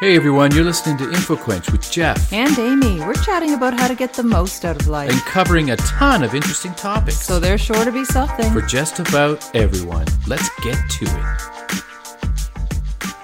Hey everyone, you're listening to InfoQuench with Jeff And Amy, we're chatting about how to get the most out of life. and covering a ton of interesting topics So there's sure to be something. for just about everyone. Let's get to it.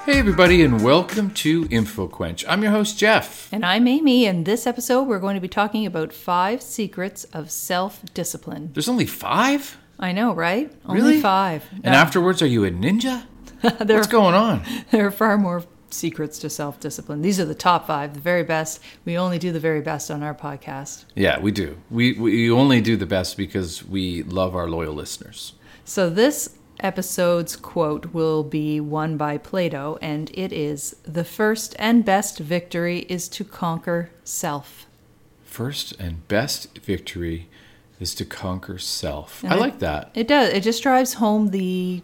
Hey everybody, and welcome to InfoQuench. I'm your host, Jeff. and I'm Amy, and this episode we're going to be talking about five secrets of self discipline. There's only five? I know, right? Really? Only five. And afterwards, are you a ninja? there, What's going on? there are far more secrets to self discipline. These are the top five, the very best. We only do the very best on our podcast. Yeah, we do. We, we only do the best because we love our loyal listeners. So this episode's quote will be one by Plato, and it is The first and best victory is to conquer self. First and best victory is to conquer self. And I I- like that. It does. It just drives home the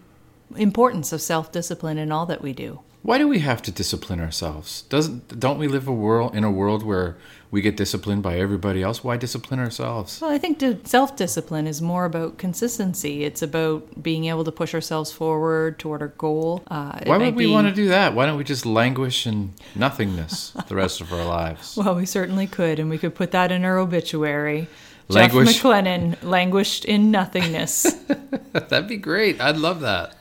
importance of self discipline in all that we do. Why do we have to discipline ourselves? Doesn't don't we live a world in a world where we get disciplined by everybody else? Why discipline ourselves? Well, I think self discipline is more about consistency. It's about being able to push ourselves forward toward a goal. Uh, Why would we want to do that? Why don't we just languish in nothingness the rest of our lives? Well, we certainly could, and we could put that in our obituary. Languish. Jeff McLennan languished in nothingness. That'd be great. I'd love that.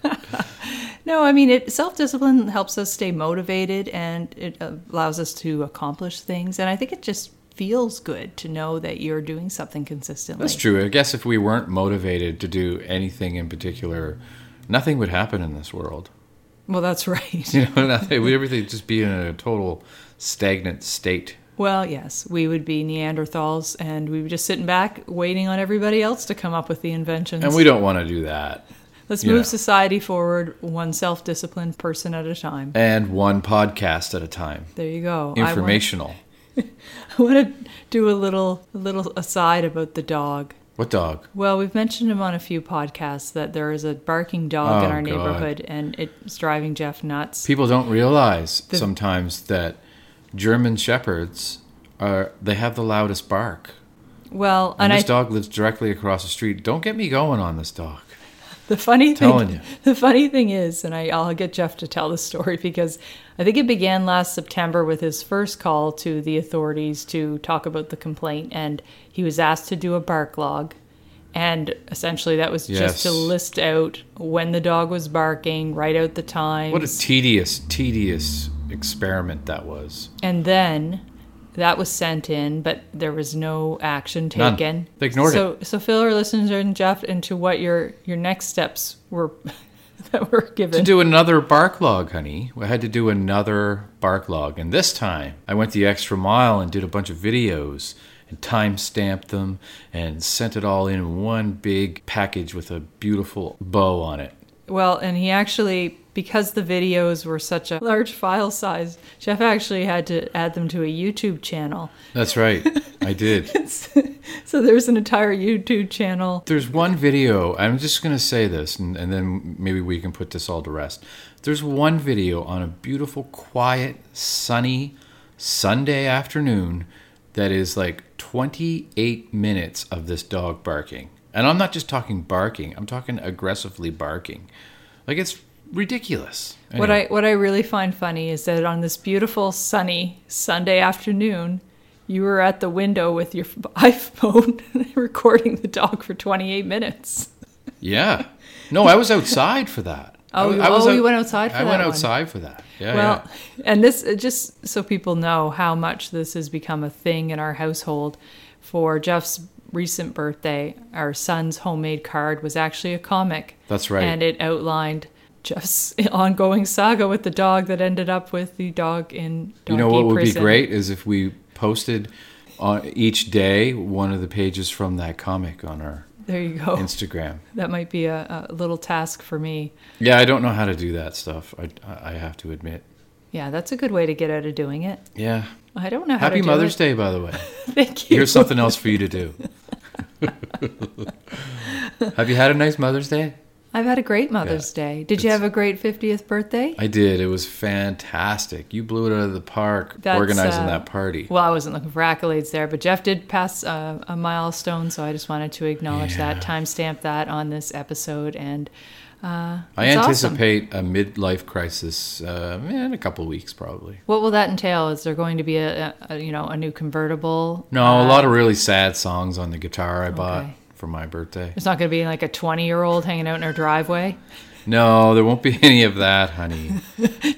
No, I mean, it self discipline helps us stay motivated and it uh, allows us to accomplish things. And I think it just feels good to know that you're doing something consistently. That's true. I guess if we weren't motivated to do anything in particular, nothing would happen in this world. Well, that's right. You know, nothing, we everything would just be in a total stagnant state. Well, yes, we would be Neanderthals and we would just sitting back waiting on everybody else to come up with the inventions. And we don't want to do that. Let's yeah. move society forward one self disciplined person at a time. And one podcast at a time. There you go. I want- Informational. I want to do a little a little aside about the dog. What dog? Well, we've mentioned him on a few podcasts that there is a barking dog in Oh, our God. neighborhood and it's driving Jeff nuts. people don't realize sometimes that German shepherds are they have the loudest bark. Well, And, and I this dog lives directly across the street. Don't get me going on this dog. The funny thing, Telling you. the funny thing is, and I, I'll get Jeff to tell the story because I think it began last September with his first call to the authorities to talk about the complaint, and he was asked to do a bark log, and essentially that was just to Yes. list out when the dog was barking, write out the time, What a tedious, tedious experiment that was. and then that was sent in, but there was no action None. taken. They ignored so, it. So fill our listeners and Jeff into what your your next steps were that were given. To do another bark log, honey. I had to do another bark log. And this time I went the extra mile and did a bunch of videos and time stamped them and sent it all in one big package with a beautiful bow on it. Well, and he actually, because the videos were such a large file size, Jeff actually had to add them to a YouTube channel. That's right. I did. So there's an entire YouTube channel. There's one video, I'm just going to say this, and, and then maybe we can put this all to rest. There's one video on a beautiful, quiet, sunny Sunday afternoon that is like 28 minutes of this dog barking. And I'm not just talking barking, I'm talking aggressively barking. Like it's ridiculous. What Anyway, I what I really find funny is that on this beautiful sunny Sunday afternoon, you were at the window with your iPhone recording the dog for 28 minutes. yeah. No, I was outside for that. I Oh, was- you- I was oh, you went outside for I went that one. outside for that. Yeah. Oh, yeah. Well, and this uh, just so people know how much this has become a thing in our household. For Jeff's recent birthday, our son's homemade card was actually a comic. That's right. And it outlined Jeff's ongoing saga with the dog that ended up with the dog in donkey You know what would be prison. great is if we posted on each day one of the pages from that comic on our There you go. Instagram. That might be a, a little task for me. Yeah, I don't know how to do that stuff. I I have to admit. Yeah, that's a good way to get out of doing it. Yeah. I don't know how Happy to do Mother's it. Day, by the way. Thank you. Here's something else for you to do. have you had a nice Mother's Day? I've had a great Mother's Day. Did you It's- have a great 50th birthday? I did. It was fantastic. You blew it out of the park That's, organizing uh, that party. Well, I wasn't looking for accolades there, but Jeff did pass a, a milestone, so I just wanted to acknowledge that, timestamp that on this episode, and uh, I it's awesome. anticipate a midlife crisis uh, in a couple weeks, probably. What will that entail? Is there going to be a, a- a you know a new convertible? No, a lot of really sad songs on the guitar I bought Um, Okay. for my birthday. It's not going to be like a twenty-year-old hanging out in her driveway. No, there won't be any of that, honey.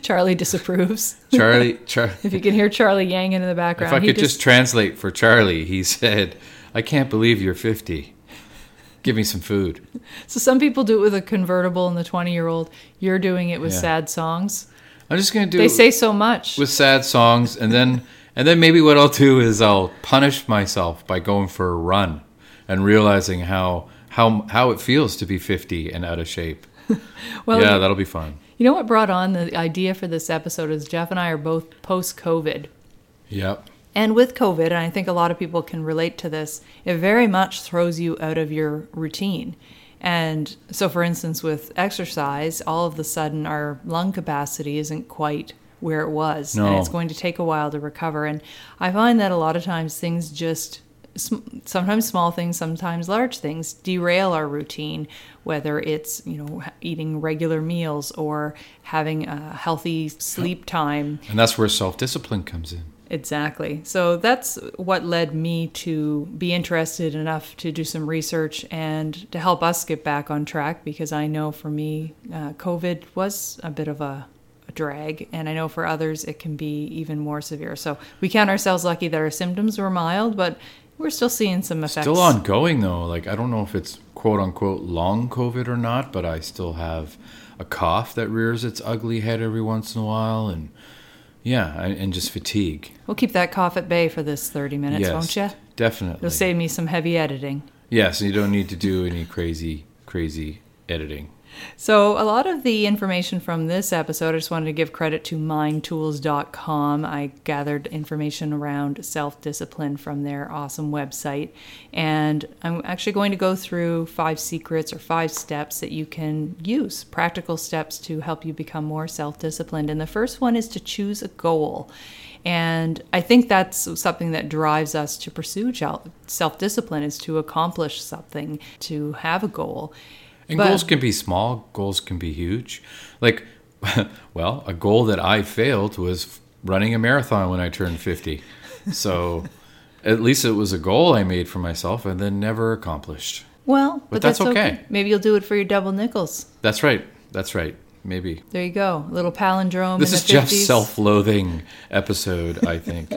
Charlie disapproves. Charlie, Char- If you can hear Charlie Yang in the background, if I he could just... translate for Charlie, he said, "I can't believe you're 50. Give me some food." so some people do it with a convertible and the twenty-year-old. You're doing it with Yeah. sad songs. I'm just gonna do. They it say so much. with sad songs, and then and then maybe what I'll do is I'll punish myself by going for a run and realizing how how how it feels to be 50 and out of shape. well, yeah, that'll be fun. You know what brought on the idea for this episode is Jeff and I are both post COVID. Yep. And with COVID, and I think a lot of people can relate to this, it very much throws you out of your routine. And so, for instance, with exercise, all of the sudden our lung capacity isn't quite where it was. And No. it's going to take a while to recover. And I find that a lot of times things just, sm- sometimes small things, sometimes large things, derail our routine, whether it's, you know, eating regular meals or having a healthy sleep time. And that's where self-discipline comes in. Exactly. So that's what led me to be interested enough to do some research and to help us get back on track because I know for me, uh, COVID was a bit of a, a drag, and I know for others it can be even more severe. So we count ourselves lucky that our symptoms were mild, but we're still seeing some effects. Still ongoing though. Like I don't know if it's quote unquote long COVID or not, but I still have a cough that rears its ugly head every once in a while, and yeah, and, and just fatigue. We'll keep that cough at bay for this 30 minutes, won't you? definitely. It'll save me some heavy editing. Yeah, so you don't need to do any crazy, crazy editing. So, a lot of the information from this episode, I just wanted to give credit to mindtools.com. I gathered information around self discipline from their awesome website. And I'm actually going to go through five secrets or five steps that you can use, practical steps to help you become more self disciplined. And the first one is to choose a goal. And I think that's something that drives us to pursue self discipline is to accomplish something, to have a goal. And But- goals can be small, goals can be huge. Like, well, a goal that I failed was running a marathon when I turned 50. So at least it was a goal I made for myself and then never accomplished. Well, but, that's that's, okay. okay. Maybe you'll do it for your double nickels. That's right. That's right. Maybe. There you go. A little palindrome. This in is the Jeff's 50s. self loathing episode, I think.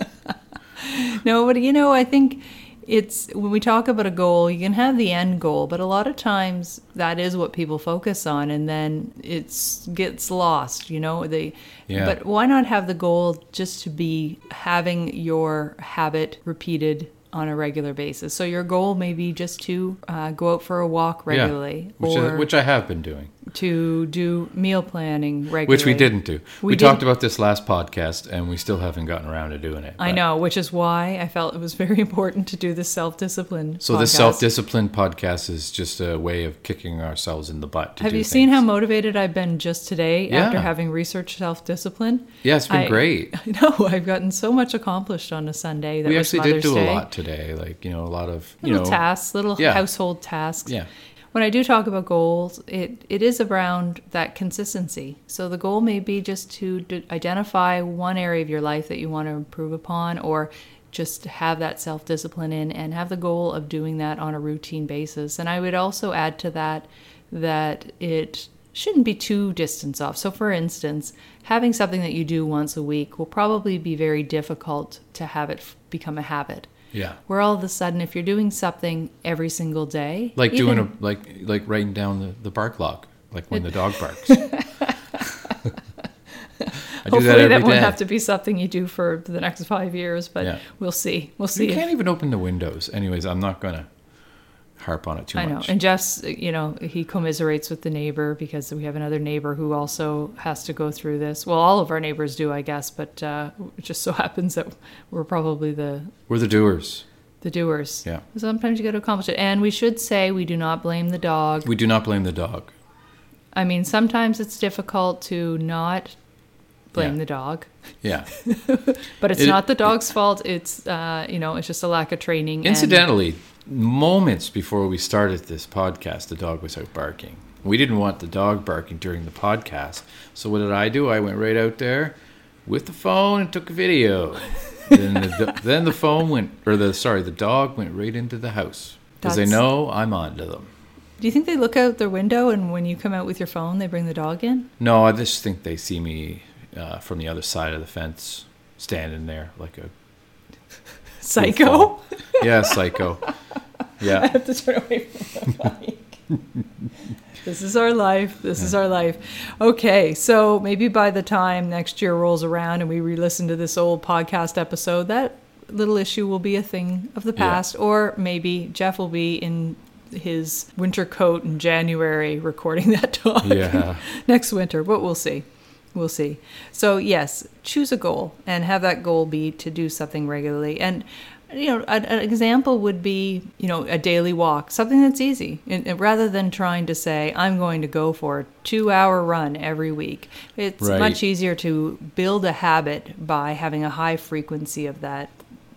No, but you know, I think it's when we talk about a goal, you can have the end goal, but a lot of times that is what people focus on, and then it's gets lost. You know, they. Yeah. But why not have the goal just to be having your habit repeated? On a regular basis, so your goal may be just to uh, go out for a walk regularly, yeah. Which, or I, which I have been doing. to do meal planning regularly, Which we didn't do. We, We talked didn't- about this last podcast and we still haven't gotten around to doing it. I but- know, which is why I felt it was very important to do this self discipline. So this self-discipline podcast is just a way of kicking ourselves in the butt. To Have do you seen things. how motivated I've been just today after Yeah. having researched self discipline? Yeah, it's been I- great. I know I've gotten so much accomplished on a Sunday. That We was actually Mother's did do Day. a lot today, like you know, a lot of you little know, tasks, little Yeah. household tasks. Yeah. When I do talk about goals, it, it is around that consistency. So the goal may be just to d- identify one area of your life that you want to improve upon or just have that self discipline in and have the goal of doing that on a routine basis. And I would also add to that that it shouldn't be too distance off. So, for instance, having something that you do once a week will probably be very difficult to have it f- become a habit yeah, where all of a sudden if you're doing something every single day like doing even- a like like writing down the, the bark log, like when the dog barks. I do hopefully that that, every day. won't have to be something you do for the next five years but Yeah. we'll see we'll you see can't even open the windows. Anyways, I'm not gonna harp on it too I know. much. And Jeff's, you know, he commiserates with the neighbor because we have another neighbor who also has to go through this. Well, all of our neighbors do, I guess, but uh, it just so happens that we're probably the We're the doers. the doers. Yeah. Sometimes you got to accomplish it, and we should say we do not blame the dog. We do not blame the dog. I mean, sometimes it's difficult to not blame Yeah. the dog, Yeah. but it's It- not the dog's fault. It's uh, you know, it's just a lack of training. and- Incidentally, moments before we started this podcast, the dog was out barking. We didn't want the dog barking during the podcast. So what did I do? I went right out there with the phone and took a video. then, the, then the phone went, or the sorry, the dog went right into the house because they That's- know I'm onto them. do you think they look out their window and when you come out with your phone, they bring the dog in? No, I just think they see me uh, from the other side of the fence, standing there like a Psycho. yeah psycho. I Yeah, have to turn away from the mic. this is our life. This is our life. Okay, so maybe by the time next year rolls around and we re listen to this old podcast episode, that little issue will be a thing of the Yeah. past, or maybe Jeff will be in his winter coat in January recording that dog yeah. next winter, but we'll see. We'll see. So, yes, choose a goal and have that goal be to do something regularly. And, you know, an, an example would be, you know, a daily walk, something that's easy, and, and rather than trying to say, I'm going to go for a two hour run every week. It's Right. much easier to build a habit by having a high frequency of that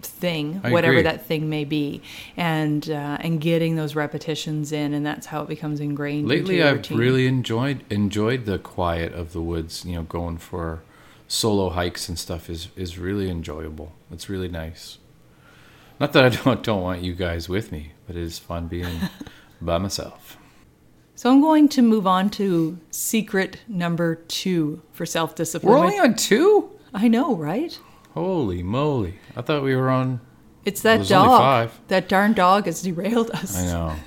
thing I whatever agree. that thing may be and uh, and getting those repetitions in and that's how it becomes ingrained Lately, into your I've routine. really enjoyed enjoyed the quiet of the woods. You know, going for solo hikes and stuff is is really enjoyable. It's really nice. Not that I don't don't want you guys with me, but it is fun being by myself. So I'm going to move on to secret number two for self We're discipline. only on two. I know, right? Holy moly! I thought we were on. It's that There's only dog. five. That darn dog has derailed I us. know.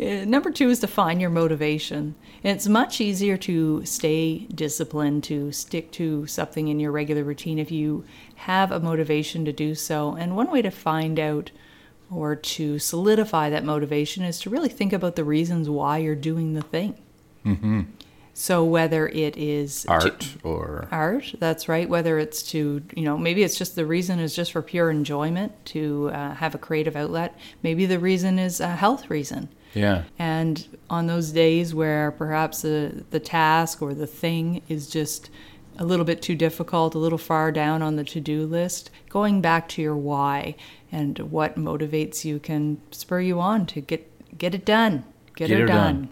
Uh, Number two is to find your motivation. And it's much easier to stay disciplined, to stick to something in your regular routine if you have a motivation to do so. And one way to find out or to solidify that motivation is to really think about the reasons why you're doing the thing. So whether it is to- Mm-hmm. Art or art that's right whether it's to you know maybe it's just the reason is just for pure enjoyment to uh, have a creative outlet maybe the reason is a health reason yeah. and on those days where perhaps the, the task or the thing is just a little bit too difficult, a little far down on the to do list, going back to your why and what motivates you can spur you on to get, get it done. Get, Get her her done. done.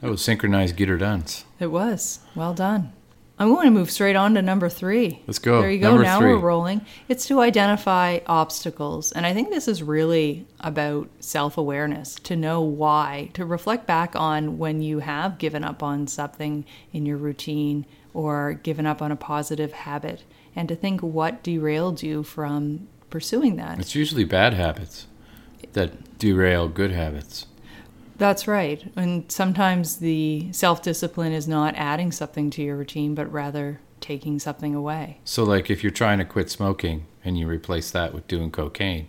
That was synchronized get her dance. It was. Well done. I'm going to move straight on to number three. Let's go. There you go. Number now three. we're rolling. It's to identify obstacles. And I think this is really about self awareness, to know why, to reflect back on when you have given up on something in your routine or given up on a positive habit, and to think what derailed you from pursuing that. It's usually bad habits that derail good habits. That's right. And sometimes the self discipline is not adding something to your routine, but rather taking something away. So, like, if you're trying to quit smoking and you replace that with doing cocaine,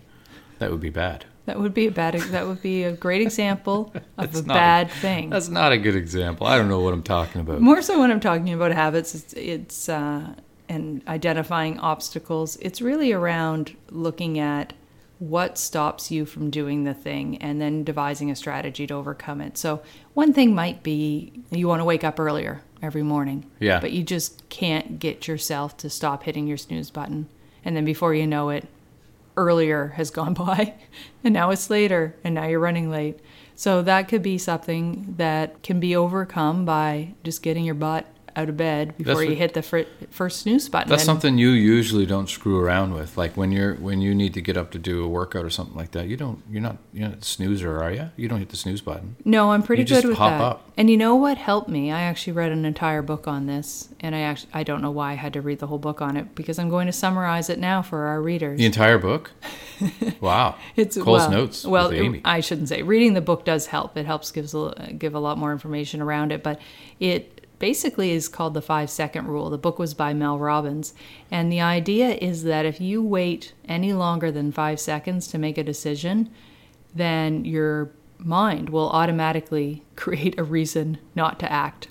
that would be bad. That would be a bad. That would be a great example of That's a not- bad thing. That's not a good example. I don't know what I'm talking about. More so when I'm talking about habits, it's, it's uh, and identifying obstacles. It's really around looking at what stops you from doing the thing and then devising a strategy to overcome it. So one thing might be you want to wake up earlier every morning. Yeah. But you just can't get yourself to stop hitting your snooze button. And then before you know it, earlier has gone by and now it's later and now you're running late. So that could be something that can be overcome by just getting your butt out of bed before you what- hit the fr- first snooze button. That's And something you usually don't screw around with. Like when you're when you need to get up to do a workout or something like that, you don't you're not you're not a snoozer, are you? You don't hit the snooze button. No, I'm pretty You good just with pop that. up. And you know what helped me? I actually read an entire book on this, and I actually I don't know why I had to read the whole book on it because I'm going to summarize it now for our readers. The entire book. Wow. It's Cole's well, notes. Well, uh, with Amy. I shouldn't say reading the book does help. It helps gives a, give a lot more information around it, but it basically is called the five second rule. The book was by Mel Robbins, and the idea is that if you wait any longer than five seconds to make a decision, then your mind will automatically create a reason not to act.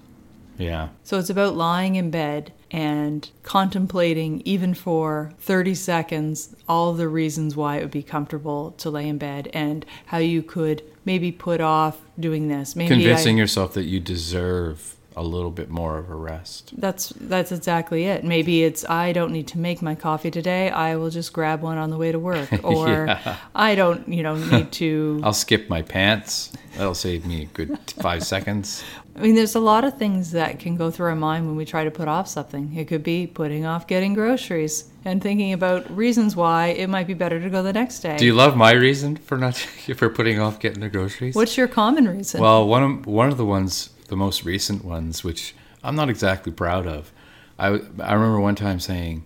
yeah. So it's about lying in bed and contemplating, even for 30 seconds, all the reasons why it would be comfortable to lay in bed and how you could maybe put off doing this. Maybe Convincing I, yourself that you deserve a little bit more of a rest. that's that's exactly it. Maybe it's I don't need to make my coffee today. I will just grab one on the way to work, or I don't, you know, need to. I'll skip my pants. That'll save me a good five seconds. I mean, there's a lot of things that can go through our mind when we try to put off something. It could be putting off getting groceries and thinking about reasons why it might be better to go the next day. Do you love my reason for not for putting off getting the groceries? What's your common reason? Well, one of, one of the ones, the most recent ones, which I'm not exactly proud of. I I remember one time saying,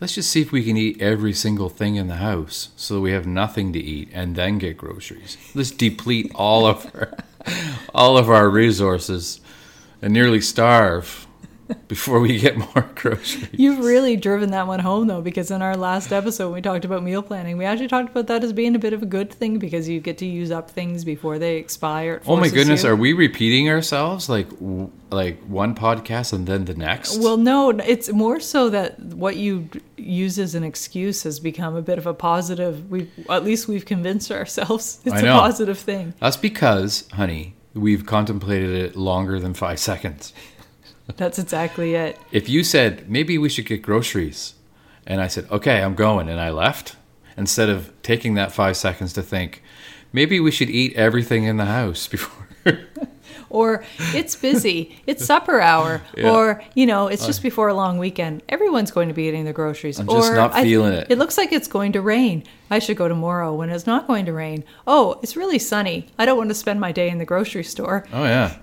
"Let's just see if we can eat every single thing in the house, so that we have nothing to eat, and then get groceries. Let's deplete all of our all of our resources, and nearly starve before we get more groceries." You've really driven that one home, though, because in our last episode, when we talked about meal planning, we actually talked about that as being a bit of a good thing because you get to use up things before they expire. It Oh my forces goodness, you- are we repeating ourselves like w- like one podcast and then the next? Well, no, it's more so that what you d- use as an excuse has become a bit of a positive. We at least we've convinced ourselves it's I a know. positive thing. That's because, honey, we've contemplated it longer than five seconds. That's exactly it. If you said, maybe we should get groceries, and I said, okay, I'm going, and I left, instead of taking that five seconds to think, maybe we should eat everything in the house before. Or it's busy, it's supper hour, Yeah. or you know, it's just before a long weekend. Everyone's going to be eating the groceries. I'm or just not I- feeling it. It looks like it's going to rain. I should go tomorrow when it's not going to rain. Oh, it's really sunny. I don't want to spend my day in the grocery store. oh, yeah.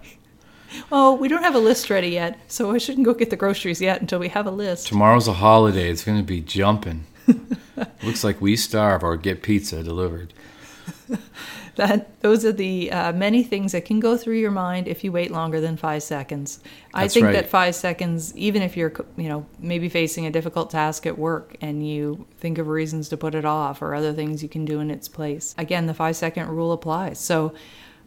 Oh, we don't have a list ready yet, so I shouldn't go get the groceries yet until we have a list. Tomorrow's a holiday. It's going to be jumping. Looks like we starve or get pizza delivered. That those are the uh, many things that can go through your mind if you wait longer than five seconds. I That's think right. that five seconds, even if you're you know maybe facing a difficult task at work and you think of reasons to put it off or other things you can do in its place. Again, the five second rule applies. So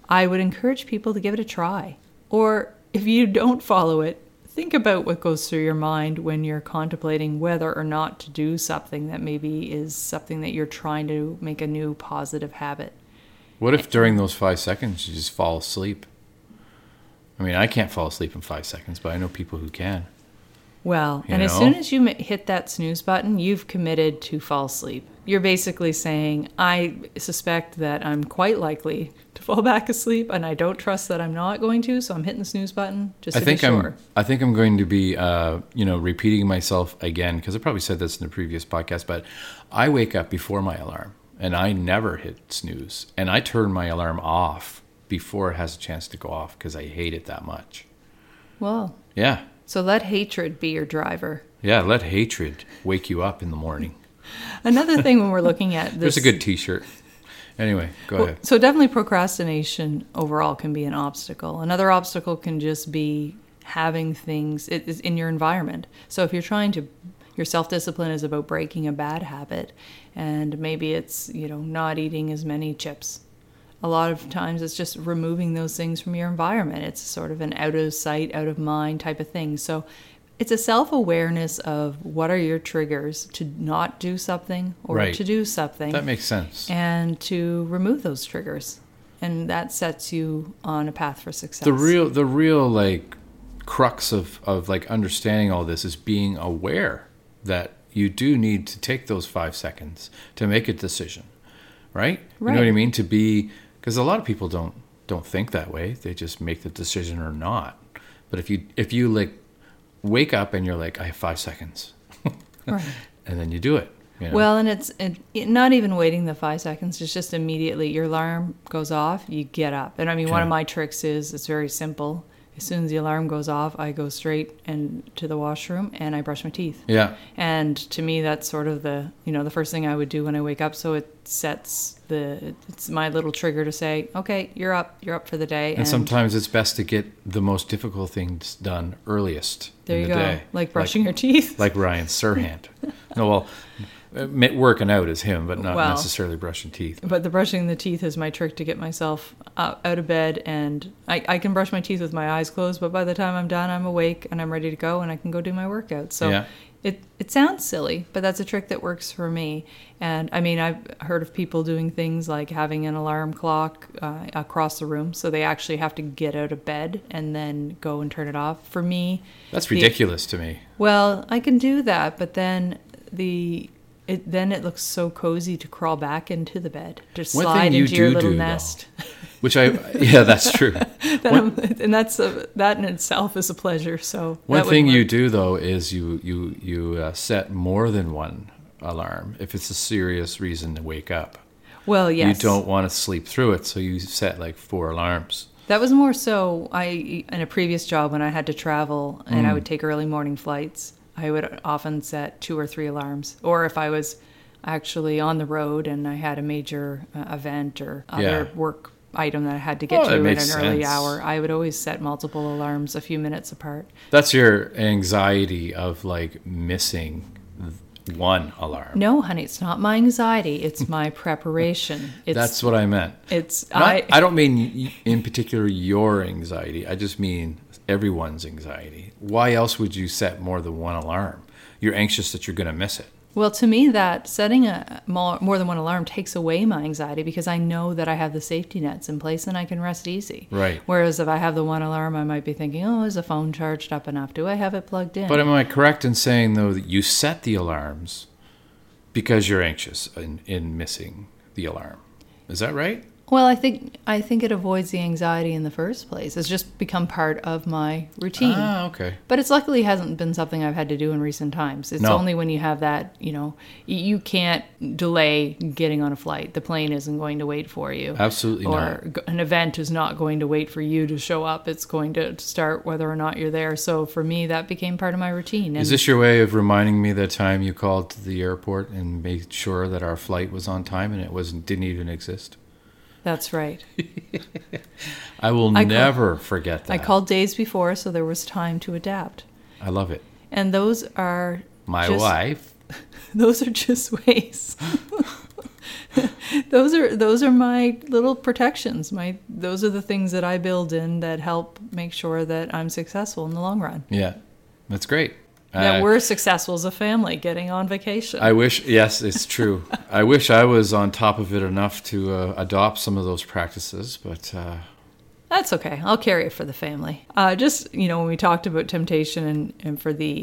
I would encourage people to give it a try. Or if you don't follow it, think about what goes through your mind when you're contemplating whether or not to do something that maybe is something that you're trying to make a new positive habit. What if during those five seconds you just fall asleep? I mean, I can't fall asleep in five seconds, but I know people who can. Well, You and as know? soon as you ma- hit that snooze button, you've committed to fall asleep. You're basically saying, I suspect that I'm quite likely to fall back asleep, and I don't trust that I'm not going to, so I'm hitting the snooze button just I to think be sure. I'm. I think I'm going to be, uh, you know, repeating myself again because I probably said this in the previous podcast. But I wake up before my alarm, and I never hit snooze, and I turn my alarm off before it has a chance to go off because I hate it that much. Well, Yeah, so let hatred be your driver. yeah. Let hatred wake you up in the morning. Another thing when we're looking at this. There's a good T-shirt. Anyway, go Well, ahead. So definitely procrastination overall can be an obstacle. Another obstacle can just be having things it is in your environment. So if you're trying to your self-discipline is about breaking a bad habit and maybe it's, you know, not eating as many chips. A lot of times it's just removing those things from your environment. It's sort of an out of sight, out of mind type of thing. So it's a self-awareness of what are your triggers to not do something or Right. to do something That makes sense. and to remove those triggers. And that sets you on a path for success. the real the real like crux of of like understanding all this is being aware that you do need to take those five seconds to make a decision right, you know what i Right. mean to be because a lot of people don't don't think that way they just make the decision or not but if you if you like wake up and you're like i have five seconds Right. and then you do it you know? Well, and it's it, it- not even waiting the five seconds. It's just immediately your alarm goes off, you get up. And I mean, one of Yeah. my tricks is it's very simple. As soon as the alarm goes off, I go straight and to the washroom and I brush my teeth. yeah And to me, that's sort of the you know the first thing I would do when I wake up. So it sets the it's my little trigger to say, okay, you're up, you're up for the day. and sometimes it's best to get the most difficult things done earliest there in you the go, day like brushing your teeth. like Ryan Serhant. no, well, m- working out is him, but not Well. necessarily brushing teeth. But the brushing the teeth is my trick to get myself uh, out of bed, and I, I can brush my teeth with my eyes closed. But by the time I'm done, I'm awake and I'm ready to go, and I can go do my workout. So Yeah. It it sounds silly, but that's a trick that works for me. And I mean, I've heard of people doing things like having an alarm clock uh, across the room, so they actually have to get out of bed and then go and turn it off. For me, That's the- ridiculous to me. well, I can do that, but then the it then it looks so cozy to crawl back into the bed, to One thing slide you into your do little do, though. nest. Which I yeah, that's true. Then I'm- and that's a, that in itself is a pleasure. So One that would thing you work. do though is you you you uh, set more than one alarm if it's a serious reason to wake up. well, yes, You don't want to sleep through it, so you set like four alarms. That was more so I in a previous job when I had to travel and Mm. I would take early morning flights. I would often set two or three alarms, or if I was actually on the road and I had a major uh, event or other Yeah. work item that I had to get Oh, that to at an makes early sense. hour, I would always set multiple alarms a few minutes apart. That's your anxiety of like missing one alarm. No, honey, it's not my anxiety; it's my preparation. It's That's what I meant. it's Not, I, I, don't mean y- in particular your anxiety. I just mean everyone's anxiety. Why else would you set more than one alarm? You're anxious that you're going to miss it. Well, to me, that setting a more, more than one alarm takes away my anxiety because I know that I have the safety nets in place and I can rest easy. Right. Whereas if I have the one alarm, I might be thinking, oh, is the phone charged up enough? Do I have it plugged in? But am I correct in saying though that you set the alarms because you're anxious in, in missing the alarm? Is that right? well, I think I think it avoids the anxiety in the first place. It's just become part of my routine. Ah, okay. But it's luckily hasn't been something I've had to do in recent times. It's No. only when you have that, you know, y- you can't delay getting on a flight. The plane isn't going to wait for you. Absolutely or not. g an event is not going to wait for you to show up. It's going to start whether or not you're there. So for me, that became part of my routine. And Is this your way of reminding me the time you called to the airport and made sure that our flight was on time and it wasn't didn't even exist? that's right. I will I call- never forget that. I called days before, so there was time to adapt. I love it. And those are My just- wife. Those are just ways. those are those are my little protections. My those are the things that I build in that help make sure that I'm successful in the long run. Yeah, that's great. that Uh, we're successful as a family getting on vacation. I wish, yes, it's true. I wish I was on top of it enough to uh, adopt some of those practices, but uh, That's okay. I'll carry it for the family. Uh, just, you know, when we talked about temptation and, and for the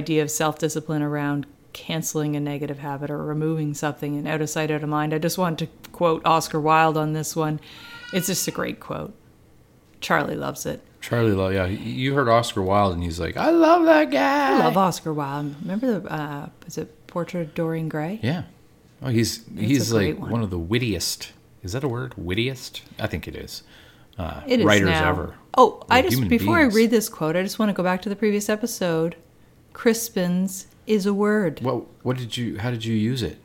idea of self discipline around canceling a negative habit or removing something and out of sight, out of mind, I just wanted to quote Oscar Wilde on this one. It's just a great quote. Charlie loves it. Charlie, Lo- yeah, you heard Oscar Wilde, and he's like, I love that guy. I love Oscar Wilde. Remember the, uh, is it Portrait of Dorian Gray? Yeah. Oh, he's he's a great like one. one. of the wittiest. Is that a word? Wittiest? I think it is. Uh, It is writers now. ever. Oh, I We're just human before beings. I read this quote, I just want to go back to the previous episode. Crispins is a word. What what did you? How did you use it?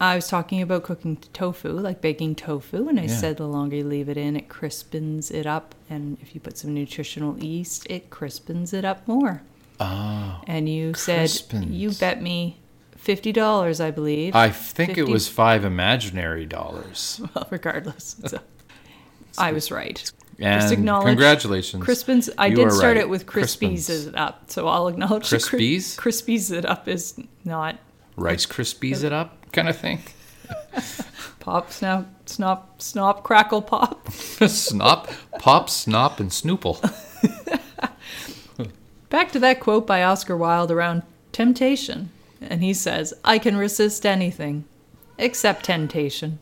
I was talking about cooking tofu, like baking tofu, and I Yeah. said the longer you leave it in, it crispens it up, and if you put some nutritional yeast, it crispens it up more. Oh, And you said you Crispens. bet me fifty dollars, I believe. I think it 50 was five imaginary dollars. well, regardless. So, I was right. And acknowledge congratulations, Crispins. I You did are start right. it with crispies Crispins. it up, so I'll acknowledge that cri- Crispies? Crispies it up is not Rice Krispies it up, kind of thing. pop, snap, snop, snop, crackle, pop. snop, pop, snop, and snoople. Back to that quote by Oscar Wilde around temptation. And he says, I can resist anything except temptation.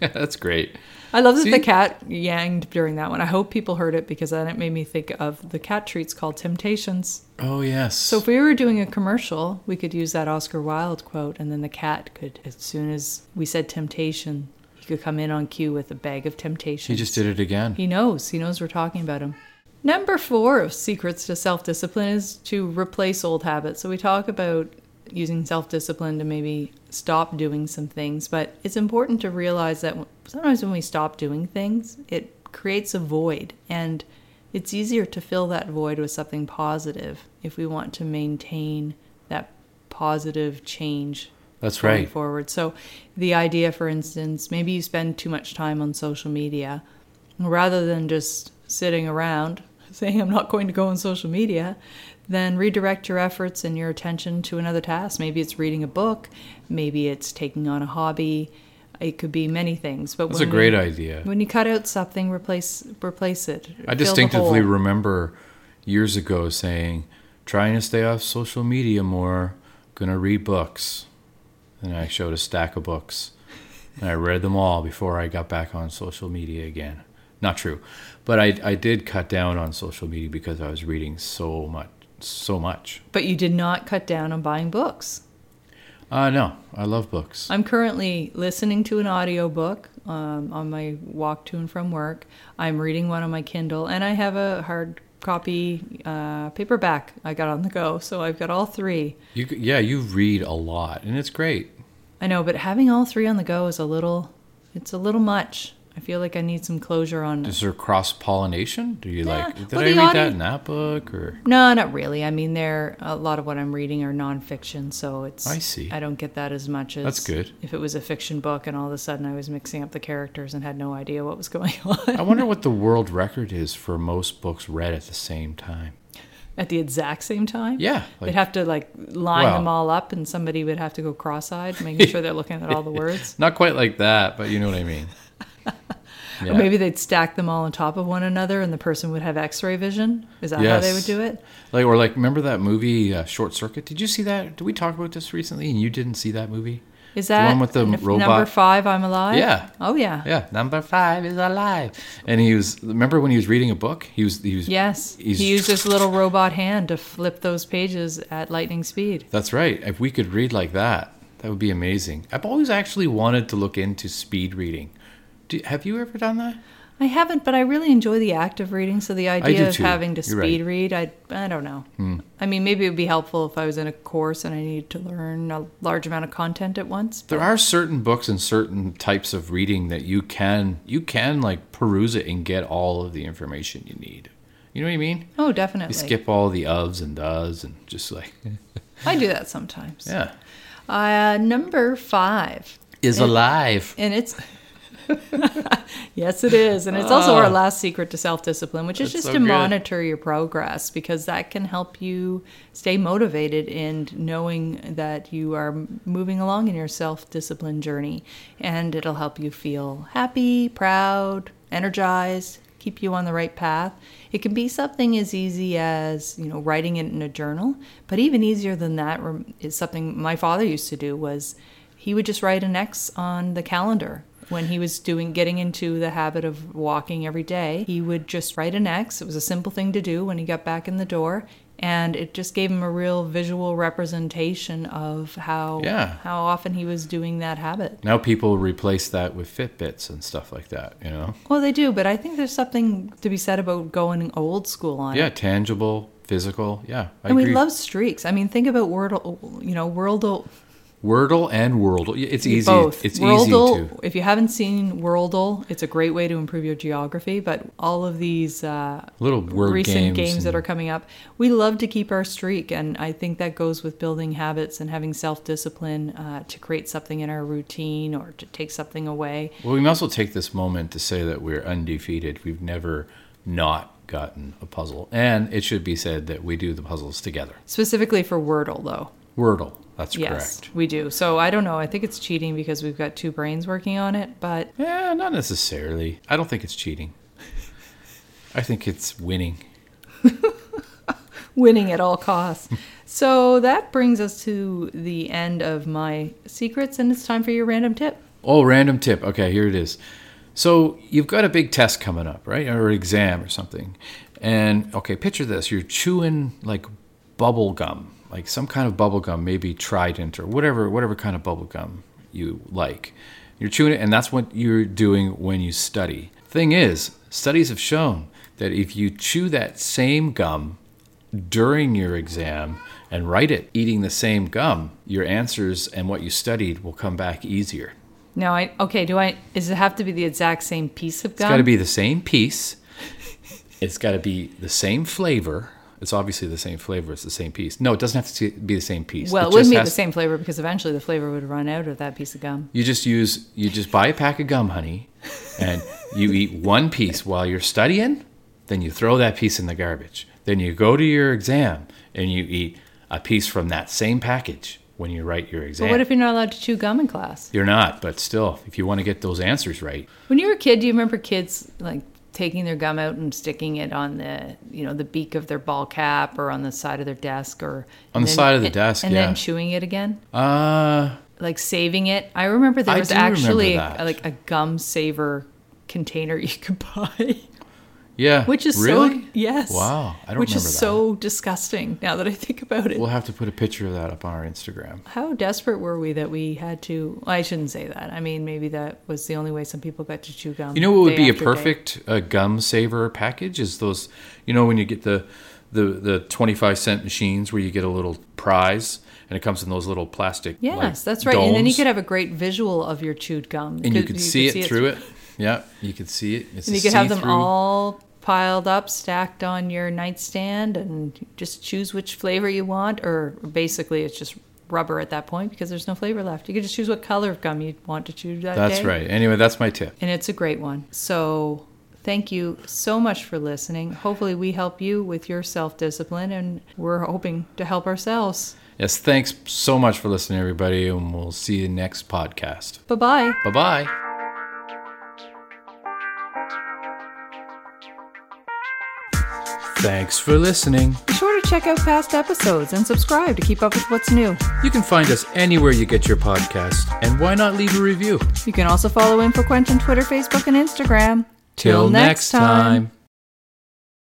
That's great. I love that the See? cat yanged during that one. I hope people heard it because then it made me think of the cat treats called Temptations. Oh yes. So if we were doing a commercial, we could use that Oscar Wilde quote, and then the cat could, as soon as we said temptation, he could come in on cue with a bag of temptations. he just did it again. He knows. He knows we're talking about him. Number four of secrets to self discipline is to replace old habits. So we talk about using self discipline to maybe stop doing some things, but it's important to realize that w- sometimes when we stop doing things, it creates a void. And it's easier to fill that void with something positive if we want to maintain that positive change That's going right. forward. So the idea, for instance, maybe you spend too much time on social media rather than just sitting around saying I'm not going to go on social media, then redirect your efforts and your attention to another task. Maybe it's reading a book, maybe it's taking on a hobby. It could be many things. But That's a when great you, idea. When you cut out something, replace replace it. I Fill the hole. distinctively remember years ago saying, trying to stay off social media more, gonna read books. And I showed a stack of books. And I read them all before I got back on social media again. Not true. But I, I did cut down on social media because I was reading so much. So much. But you did not cut down on buying books. Uh, no, I love books. I'm currently listening to an audiobook um, on my walk to and from work. I'm reading one on my Kindle, and I have a hard copy uh, paperback I got on the go. So I've got all three. You, c- yeah, you read a lot, and it's great. I know, but having all three on the go is a little, it's a little much. I feel like I need some closure on. Is there cross pollination? Do you Yeah, like? Did well, I the read audi- that in that book or? No, not really. I mean, there a lot of what I'm reading are nonfiction, so it's I see. I don't get that as much as That's good. If it was a fiction book, and all of a sudden I was mixing up the characters and had no idea what was going on I wonder what the world record is for most books read at the same time. at the exact same time. Yeah, They'd like have to like line Well- them all up, and somebody would have to go cross-eyed, making sure they're looking at all the words. not quite like that, but you know what I mean. Yeah. Or maybe they'd stack them all on top of one another, and the person would have X-ray vision. Is that how they Yes. would do it? Like or like, remember that movie uh, Short Circuit? Did you see that? Did we talk about this recently? And you didn't see that movie? Is The that one with the n- number robot- five? I'm alive. Yeah. Oh yeah. Yeah, number five is alive. And he was remember when he was reading a book? He was he was Yes. He's- he used his little robot hand to flip those pages at lightning speed. That's right. If we could read like that, that would be amazing. I've always actually wanted to look into speed reading. Do, have you ever done that? I haven't, but I really enjoy the act of reading. So the do idea of too. having to You're right. Hmm. speed read, I I don't know. I mean, maybe it would be helpful if I was in a course and I needed to learn a large amount of content at once. There are certain books and certain types of reading that you can you can like peruse it and get all of the information you need. You know what I mean? Oh, definitely. You skip all the ofs and does and just like I do that sometimes. yeah, Uh, number five, is alive. and it's. yes, it is. And it's also our last secret to self discipline, which is That's so just to good. monitor your progress because that can help you stay motivated and knowing that you are m- moving along in your self discipline journey. And it'll help you feel happy, proud, energized, keep you on the right path. It can be something as easy as, you know, writing it in a journal, but even easier than that rem- is something my father used to do was he would just write an X on the calendar when he was doing getting into the habit of walking every day he would just write an x it was a simple thing to do when he got back in the door and it just gave him a real visual representation of how Yeah. how often he was doing that habit Now people replace that with Fitbits and stuff like that. You know? well they do but i think there's something to be said about going old school on it Yeah, tangible, physical. Yeah, I and we agree. love streaks i mean think about wordle you know wordle Wordle and Wordle. It's easy. Both. It's Wordle, easy to. If you haven't seen Wordle, it's a great way to improve your geography. But all of these uh, Little word recent games, games that and- are coming up, we love to keep our streak, and I think that goes with building habits and having self-discipline uh, to create something in our routine or to take something away. Well, we must also take this moment to say that we're undefeated. We've never not gotten a puzzle, and it should be said that we do the puzzles together. Specifically for Wordle, though. Wordle. That's Yes, correct. we do. So I don't know. I think it's cheating because we've got two brains working on it, but Yeah, not necessarily. I don't think it's cheating. I think it's winning. winning at all costs. so that brings us to the end of my secrets, and it's time for your random tip. Oh, random tip. Okay, here it is. So you've got a big test coming up, right? Or exam or something. And okay, picture this. You're chewing like bubble gum, like some kind of bubble gum, maybe Trident or whatever, whatever kind of bubble gum you like. You're chewing it, and that's what you're doing when you study. Thing is, studies have shown that if you chew that same gum during your exam and write it eating the same gum, your answers and what you studied will come back easier. Now, I okay. Do I? Does it have to be the exact same piece of It's got gum? to be the same piece. It's got to be the same flavor. It's obviously the same flavor. It's the same piece. No, it doesn't have to be the same piece. well, it, just wouldn't be the has- same flavor because eventually the flavor would run out of that piece of gum. You just use. You just buy a pack of gum, honey, and you eat one piece while you're studying, Then you throw that piece in the garbage. Then you go to your exam and you eat a piece from that same package when you write your exam. But what if you're not allowed to chew gum in class? You're not, but still, if you want to get those answers right, When you were a kid, do you remember kids like taking their gum out and sticking it on the you know the beak of their ball cap or on the side of their desk or On the and then- side of the and- desk, and yeah. then chewing it again, uh, like saving it. I remember there I was do remember actually a- that. like a gum saver container you could buy, yeah. which is so really yes, Wow, I don't which is remember that. so disgusting now that I think about it. We'll have to put a picture of that up on our Instagram. How desperate were we that we had to? I shouldn't say that. I mean, maybe that was the only way some people got to chew gum. You know what would day be a after day. perfect uh, gum saver package is those, you know, when you get the the the twenty five cent machines where you get a little prize and it comes in those little plastic. Yes, like, that's right. And then you domes, could have a great visual of your chewed gum. and you could see it through it. Yeah, you could see it. It's And a you could have them see-through. all piled up, stacked on your nightstand, and just choose which flavor you want. Or basically, it's just rubber at that point because there's no flavor left. You could just choose what color of gum you want to chew that day. That's right. Anyway, that's my tip. And it's a great one. So thank you so much for listening. Hopefully, we help you with your self discipline, and we're hoping to help ourselves. Yes, thanks so much for listening, everybody, and we'll see you next podcast. Bye bye. Bye bye. Thanks for listening. Be sure to check out past episodes and subscribe to keep up with what's new. You can find us anywhere you get your podcast, and why not leave a review? You can also follow InfoQuench on Twitter, Facebook, and Instagram. Till next time.